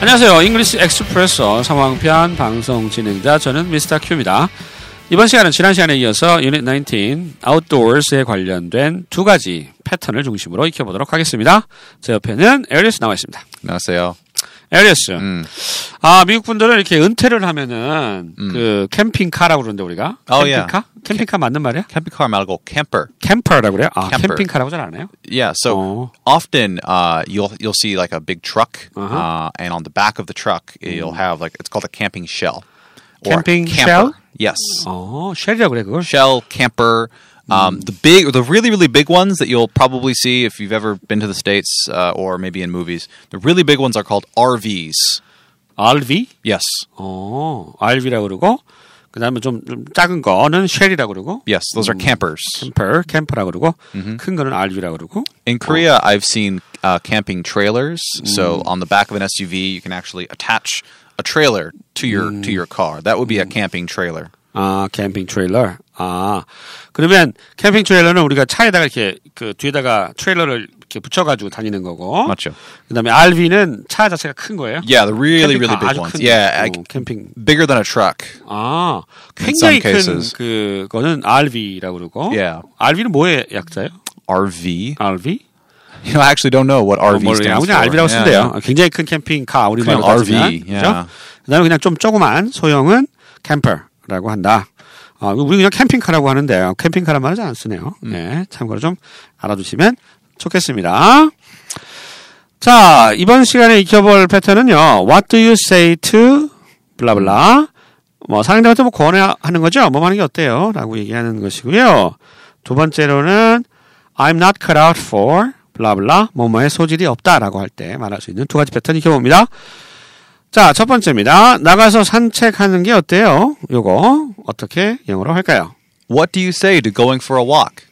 안녕하세요. 잉글리시 엑스프레소 상황편 방송 진행자 저는 미스터 큐입니다. 이번 시간은 지난 시간에 이어서 유닛 19 아웃도어스에 관련된 두 가지 패턴을 중심으로 익혀보도록 하겠습니다. 제 옆에는 에리어스 나와 있습니다. 나왔어요. 에리어스. 음. 아 미국 분들은 이렇게 은퇴를 하면은 그 캠핑카라고 그러는데 우리가 Oh, yeah. 아, 예. 캠핑카? 캠핑카 맞는 말이야? 캠핑카 말고 캠퍼. 캠퍼라고 그래요? 아 Camper. 캠핑카라고 잘 안 해요? Yeah, so 어. often uh, you'll you'll see like a big truck, uh Uh-huh. and on the back of the truck you'll have like it's called a camping shell. Camping shell? camper. Yes, 어 쉘이라고 그래 그걸? shell camper. Mm. Um, the big, the really really big ones that you'll probably see if you've ever been to the states uh, or maybe in movies. The really big ones are called RVs. RV? Yes, 어 RV라고 그러고 그다음에 좀, 좀 작은 거는 쉘이라고 그러고 yes, those are campers. 캠퍼, 캠퍼라고 그러고 큰 거는 RV라고 그러고 In Korea, I've seen uh, camping trailers. So on the back of an SUV, you can actually attach a trailer to your to your car. That would be a camping trailer. 아 캠핑 트레일러 아 그러면 캠핑 트레일러는 우리가 차에다가 이렇게 그 뒤에다가 트레일러를 이렇게 붙여가지고 다니는 거고 맞죠. 그다음에 RV는 차 자체가 큰 거예요. Yeah, the really 캠핑카 really big 아주 ones. 큰 Yeah, 거. I- 어, 캠핑 bigger than a truck. 아 some 굉장히 큰 cases. 그거는 RV라고 그러고 Yeah. RV는 뭐의 약자예요? RV. RV You know, I actually don't know what RV 모르겠네요. 뭐 stands for. 그냥 RV라고 쓰면 돼요. Ah. Oh, Yeah. 굉장히 큰 캠핑카 우리말로 예. 그냥 예. 따지면 RV, 그죠? yeah. 그다음에 그냥 좀 조그만 소형은 캠퍼라고 한다. 아, 우리 그냥 캠핑카라고 하는데 어, 캠핑카란 말은 잘 안 쓰네요. 음. 네, 참고로 좀 알아두시면 좋겠습니다. 자, 이번 시간에 익혀볼 패턴은요. What do you say to 블라블라. 뭐 상대한테 뭐 권하는 거죠. 뭐 하는 게 어때요? 라고 얘기하는 것이고요. 두 번째로는 I'm not cut out for 블라블라 뭐뭐의 소질이 없다라고 할 때 말할 수 있는 두 가지 패턴 익혀봅니다. 자, 첫 번째입니다. 나가서 산책하는 게 어때요? 요거 어떻게 영어로 할까요? What do you say to going for a walk?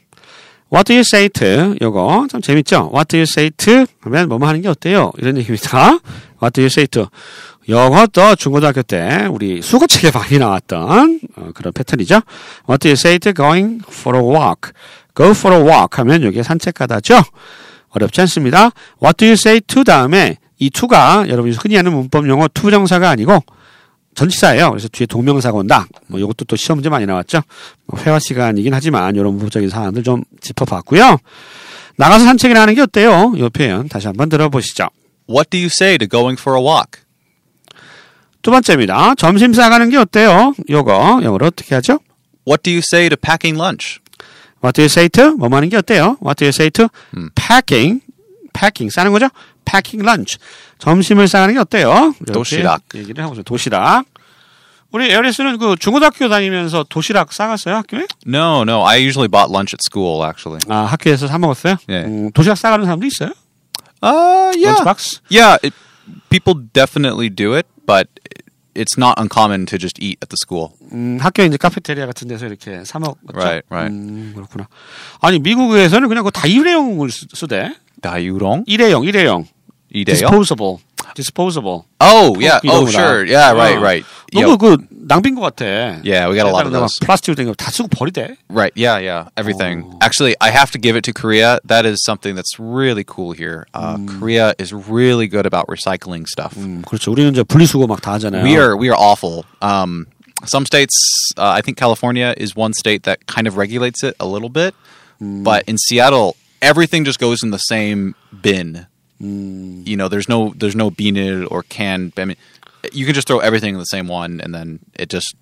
What do you say to? 요거 참 재밌죠? What do you say to? 하면 뭐뭐 하는 게 어때요? 이런 얘기입니다. What do you say to? 요것도 중고등학교 때 우리 수고책에 많이 나왔던 어, 그런 패턴이죠. What do you say to going for a walk? Go for a walk 하면 요게 산책 가다죠. 어렵지 않습니다. What do you say to 다음에 이 to가 여러분이 흔히 하는 문법 용어 to 정사가 아니고 전치사예요. 그래서 뒤에 동명사가 온다. 뭐 이것도 또 시험 문제 많이 나왔죠. 뭐 회화 시간이긴 하지만 이런 문법적인 사안들 좀 짚어봤고요. 나가서 산책이나 하는 게 어때요? 이 표현 다시 한번 들어보시죠. What do you say to going for a walk? 두 번째입니다. 점심 싸가는 게 어때요? 요거 영어로 어떻게 하죠? What do you say to packing lunch? What do you say to? 뭐 하는 게 어때요? What do you say to? packing, packing 싸는 거죠? packing lunch 점심을 싸가는 게 어때요? 이렇게 도시락. 얘기를 하고 있어요. 도시락. 우리 에어리스는 그 중고등학교 다니면서 도시락 싸갔어요 학교에? No, no. I usually bought lunch at school. Actually. 아 학교에서 사 먹었어요? 예. 음, 도시락 싸가는 사람도 있어요? Uh, yeah. 런치박스? Yeah, it, people definitely do it, but it's not uncommon to just eat at the school. 음, 학교 이제 카페테리아 같은 데서 이렇게 사 먹었죠. Right, right. 음, 그렇구나. 아니 미국에서는 그냥 그거 다 일회용을 쓰- 쓰대. Dayurong? 일회용, 일회용. Ideo? disposable, disposable. Oh, yeah. You Oh, don't sure. know. Yeah, right, Yeah. right. 너무 Yo, 그 낭비인 것 같아. Yeah, we got a lot of 옛날에다가 those. 플라스틱으로 된 거 다 쓰고 버리대. Right. Yeah, yeah. Everything. Actually, I have to give it to Korea. That is something that's really cool here. Uh, Korea is really good about recycling stuff. 음, 그렇죠. 우리는 이제 분리수거 막 다 하잖아요. We are we are awful. Um, some states, uh, I think California is one state that kind of regulates it a little bit, but in Seattle, everything just goes in the same bin. You know, there's no there's no beaned or can. I mean, you can just throw everything in the same one, and then it just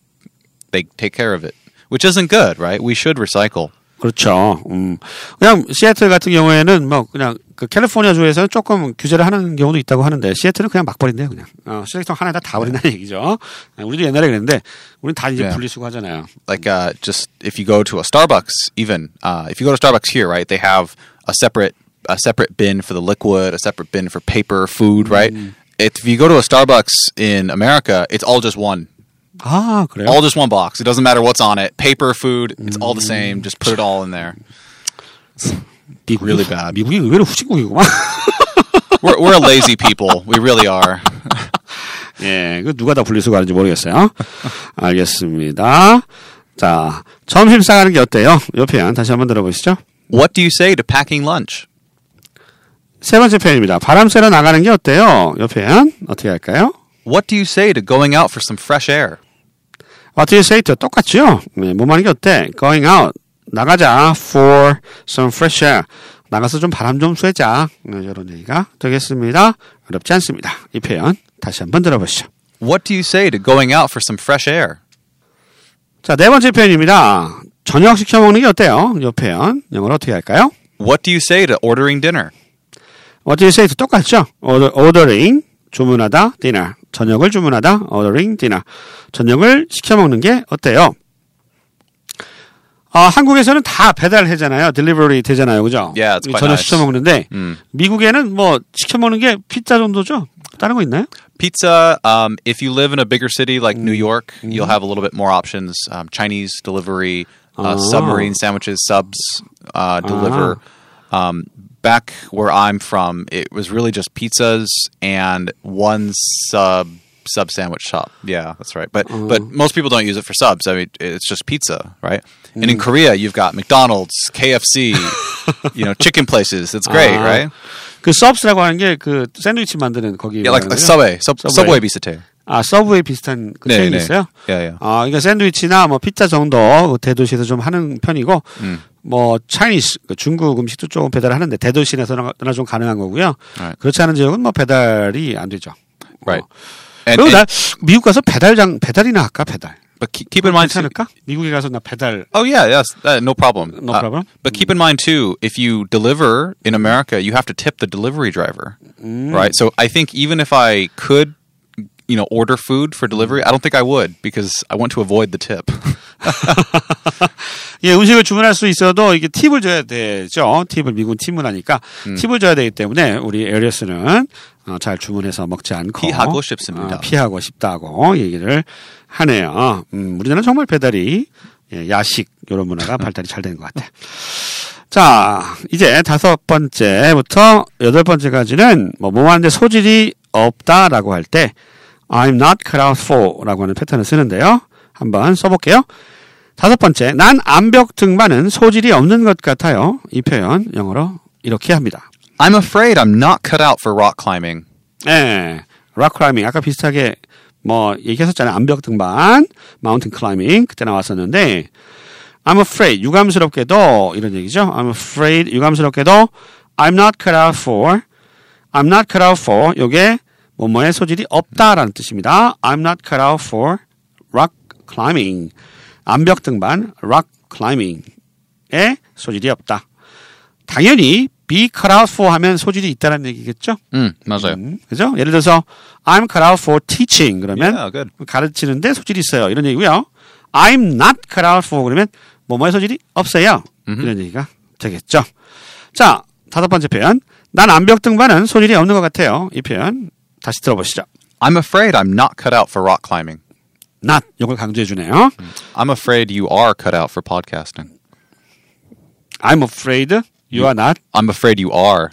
they take care of it, which isn't good, right? We should recycle. 그렇죠. 음. 그냥 시애틀 같은 경우에는 뭐 그냥 그 캘리포니아 주에서는 조금 규제를 하는 경우도 있다고 하는데 시애틀은 그냥 막 버린대요, 그냥. 어, 쓰레기통 하나에다 다 버린다는 얘기죠. 아, 우리도 옛날에 그랬는데 우리는 다 이제 네. 분리수거 하잖아요. like uh, just if you go to a Starbucks, even uh, if you go to Starbucks here, right? They have a separate a separate bin for the liquid, a separate bin for paper, food, right? If you go to a Starbucks in America, it's all just one, 아, 그래요? all just one box. It doesn't matter what's on it, paper, food, it's all the same. Just put it all in there. 미국이, really bad. 미국이 의외로 후진국이구만. We're we're a lazy people. We really are. 예, 그 누가 다 분리수거하는지 모르겠어요. 알겠습니다. 자, 점심 싸가는 게 어때요? 요 표현 다시 한번 들어보시죠. What do you say to packing lunch? 세 번째 표현입니다. 바람 쐬러 나가는 게 어때요? 이 표현 어떻게 할까요? What do you say to going out for some fresh air? What do you say to 똑같죠? 네, 뭐 하는 게 어때? Going out 나가자 for some fresh air 나가서 좀 바람 좀 쐬자 네, 이런 얘기가 되겠습니다. 어렵지 않습니다. 이 표현 다시 한번 들어보시죠. What do you say to going out for some fresh air? 자 네 번째 표현입니다. 저녁 시켜 먹는 게 어때요? 이 표현 영어로 어떻게 할까요? What do you say to ordering dinner? What do you say to 똑같죠? Order, ordering 주문하다 dinner 저녁을 주문하다 ordering dinner 저녁을 시켜 먹는 게 어때요? 아 한국에서는 다 배달해잖아요, delivery 되잖아요, 그죠? Yeah, it's quite 저녁 nice. 시켜 먹는데 Mm. 미국에는 뭐 시켜 먹는 게 피자 정도죠? 다른 거 있나요? Pizza. Um, if you live in a bigger city like Mm-hmm. New York, you'll have a little bit more options. Um, Chinese delivery, uh, Oh. submarine sandwiches, subs Ah. uh, deliver. Um, back where I'm from, it was really just pizzas and one sub sub sandwich shop. Yeah, that's right. Ah. But but most people don't use it for subs. I mean, it's just pizza, right? And Mm. in Korea, you've got McDonald's, KFC, you know, chicken places. It's great, Ah. right? 그 서브스라고 하는 게 그 샌드위치 만드는 거기 Yeah, like, 말하는 like 거죠? Subway, sub, Subway. Subway, Subway 아 서브에 비슷한 그 네, 체인이 네. 있어요. Yeah, yeah. 아, 그러니까 샌드위치나 뭐 피자 정도 그 대도시에서 좀 하는 편이고, 음. 뭐 차이니스 그 중국 음식도 조금 배달하는데 대도시에서나 좀 가능한 거고요. Right. 그렇지 않은 지역은 뭐 배달이 안 되죠. Right. 어. And, 그리고 and- 나 미국 가서 배달장 배달이나 할까 배달. but keep, keep in mind, too- 괜찮을까? 미국에 가서 나 배달. oh yeah, yes, uh, no problem, No Uh, problem. But keep in mind too, if you deliver in America, you have to tip the delivery driver, Mm. right? So I think even if I could, you know, order food for delivery, I don't think I would because I want to avoid the tip. 예, 음식을 주문할 수 있어도 이게 팁을 줘야 되죠. 팁을 미국은 팁문하니까 음. 팁을 줘야 되기 때문에 우리 에리어스는 어, 잘 주문해서 먹지 않고 피하고 싶습니다. 아, 피하고 싶다고 얘기를 하네요. 음, 우리나라는 정말 배달이 예, 야식 이런 문화가 발달이 잘 되는 것 같아요. 자, 이제 다섯 번째부터 여덟 번째까지는 뭐 뭐하는데 소질이 없다라고 할 때 I'm not cut out for라고 하는 패턴을 쓰는데요. 한번 써볼게요. 다섯 번째, 난 암벽 등반은 소질이 없는 것 같아요. 이 표현 영어로 이렇게 합니다. I'm afraid I'm not cut out for rock climbing. 예, 락 클라이밍 아까 비슷하게 뭐 얘기했었잖아요. 암벽 등반, 마운틴 클라이밍 그때 나왔었는데 I'm afraid 유감스럽게도 이런 얘기죠. I'm afraid 유감스럽게도 I'm not cut out for I'm not cut out for 요게 뭐뭐의 소질이 없다라는 뜻입니다. I'm not cut out for rock climbing 암벽 등반 rock climbing에 소질이 없다. 당연히 be cut out for 하면 소질이 있다라는 얘기겠죠. Mm, 맞아요. 음, 그죠? 예를 들어서 I'm cut out for teaching 그러면 Yeah, good. 가르치는데 소질이 있어요. 이런 얘기고요. I'm not cut out for 그러면 뭐뭐의 소질이 없어요. 이런 얘기가 되겠죠. 자, 다섯 번째 표현. 난 암벽 등반은 소질이 없는 것 같아요. 이 표현 다시 들어보시죠. I'm afraid I'm not cut out for rock climbing. not 이걸 강조해 주네요. I'm afraid you are cut out for podcasting. I'm afraid you are not. I'm afraid you are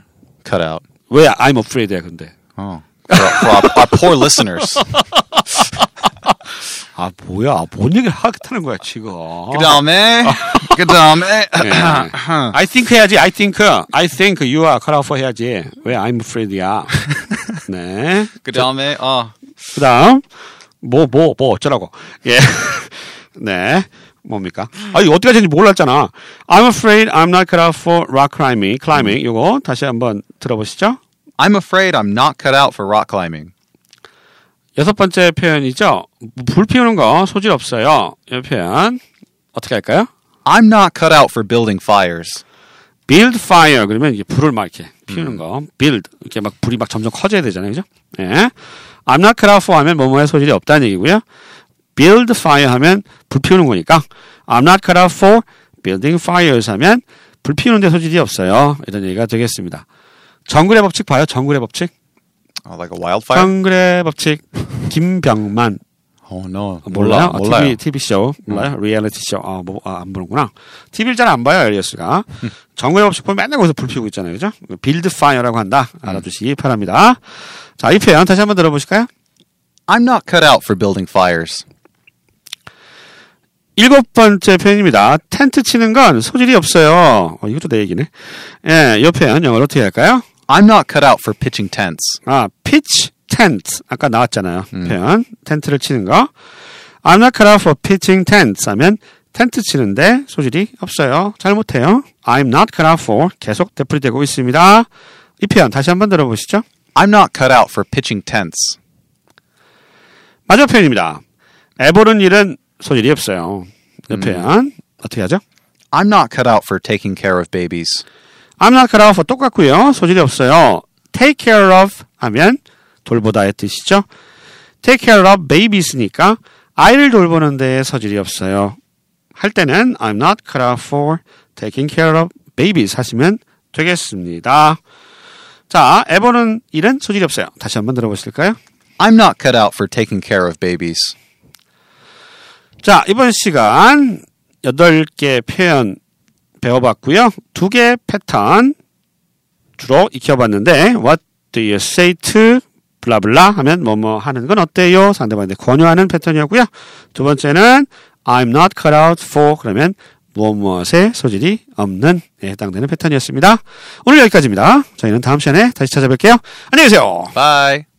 cut out. 왜 I'm afraid야 근데. Oh, for, for our, our poor listeners. 아 뭐야 뭔 얘기를 하겠다는 거야 지금. 그다음에 그다음에 예. I think 해야지. I think, I think you are cut out for 해야지. 왜 I'm afraid야. 네. 그다음에 어 그다음 뭐 뭐 뭐 어쩌라고. 예. 네. 뭡니까? 아 이거 어떻게 하는지 몰랐잖아. I'm afraid I'm not cut out for rock climbing. climbing. 이거 다시 한번 들어보시죠. I'm afraid I'm not cut out for rock climbing. 여섯 번째 표현이죠. 불 피우는 거 소질 없어요. 이 표현 어떻게 할까요? I'm not cut out for building fires. build fire 그러면 이게 불을 막 이렇게 피우는 거 build 이렇게 막 불이 막 점점 커져야 되잖아요 그죠 예 I'm not cut out for 하면 뭐뭐의 소질이 없다는 얘기고요 build fire 하면 불 피우는 거니까 I'm not cut out for building fires 하면 불 피우는 데 소질이 없어요 이런 얘기가 되겠습니다 정글의 법칙 봐요 정글의 법칙 Oh, like a wildfire? 정글의 법칙 김병만 oh no. 몰라요? 몰라, 아, 몰라요. TV, TV 쇼 몰라요? 리얼리티 쇼. 아, 뭐, 아, 안 보는구나. TV를 잘 안 봐요, 엘리어스가. 정글 없이 보면 맨날 거기서 불 피우고 있잖아요. 그죠? 빌드 파이어라고 한다. 알아두시기 바랍니다. 자, 이 표현 다시 한번 들어보실까요? I'm not cut out for building fires. 일곱 번째 표현입니다. 텐트 치는 건 소질이 없어요. 어, 이것도 내 얘기네. 예, 이 표현 영어로 어떻게 할까요? I'm not cut out for pitching tents. 아, pitch tent. 아까 나왔잖아요. 표현. 텐트를 치는 거. I'm not cut out for pitching tents 하면 텐트 치는데 소질이 없어요. 잘 못해요. I'm not cut out for 계속 되풀이되고 있습니다. 이 표현 다시 한번 들어보시죠. I'm not cut out for pitching tents. 마지막 표현입니다. 애보른 일은 소질이 없어요. 이 표현 어떻게 하죠? I'm not cut out for taking care of babies. I'm not cut out for 뭐 똑같고요. 소질이 없어요. take care of 하면 돌보다의 뜻이죠. take care of babies니까 아이를 돌보는 데에 소질이 없어요. 할 때는 I'm not cut out for taking care of babies 하시면 되겠습니다. 자, 에버는 일은 소질이 없어요. 다시 한번 들어보실까요? I'm not cut out for taking care of babies. 자, 이번 시간 8개 표현 배워봤고요. 2개 패턴 주로 익혀봤는데 What do you say to 블라블라 하면 뭐뭐 하는 건 어때요? 상대방한테 권유하는 패턴이었고요. 두 번째는 I'm not cut out for 그러면 무엇무엇에 소질이 없는 에 해당되는 패턴이었습니다. 오늘 여기까지입니다. 저희는 다음 시간에 다시 찾아뵐게요. 안녕히 계세요. Bye.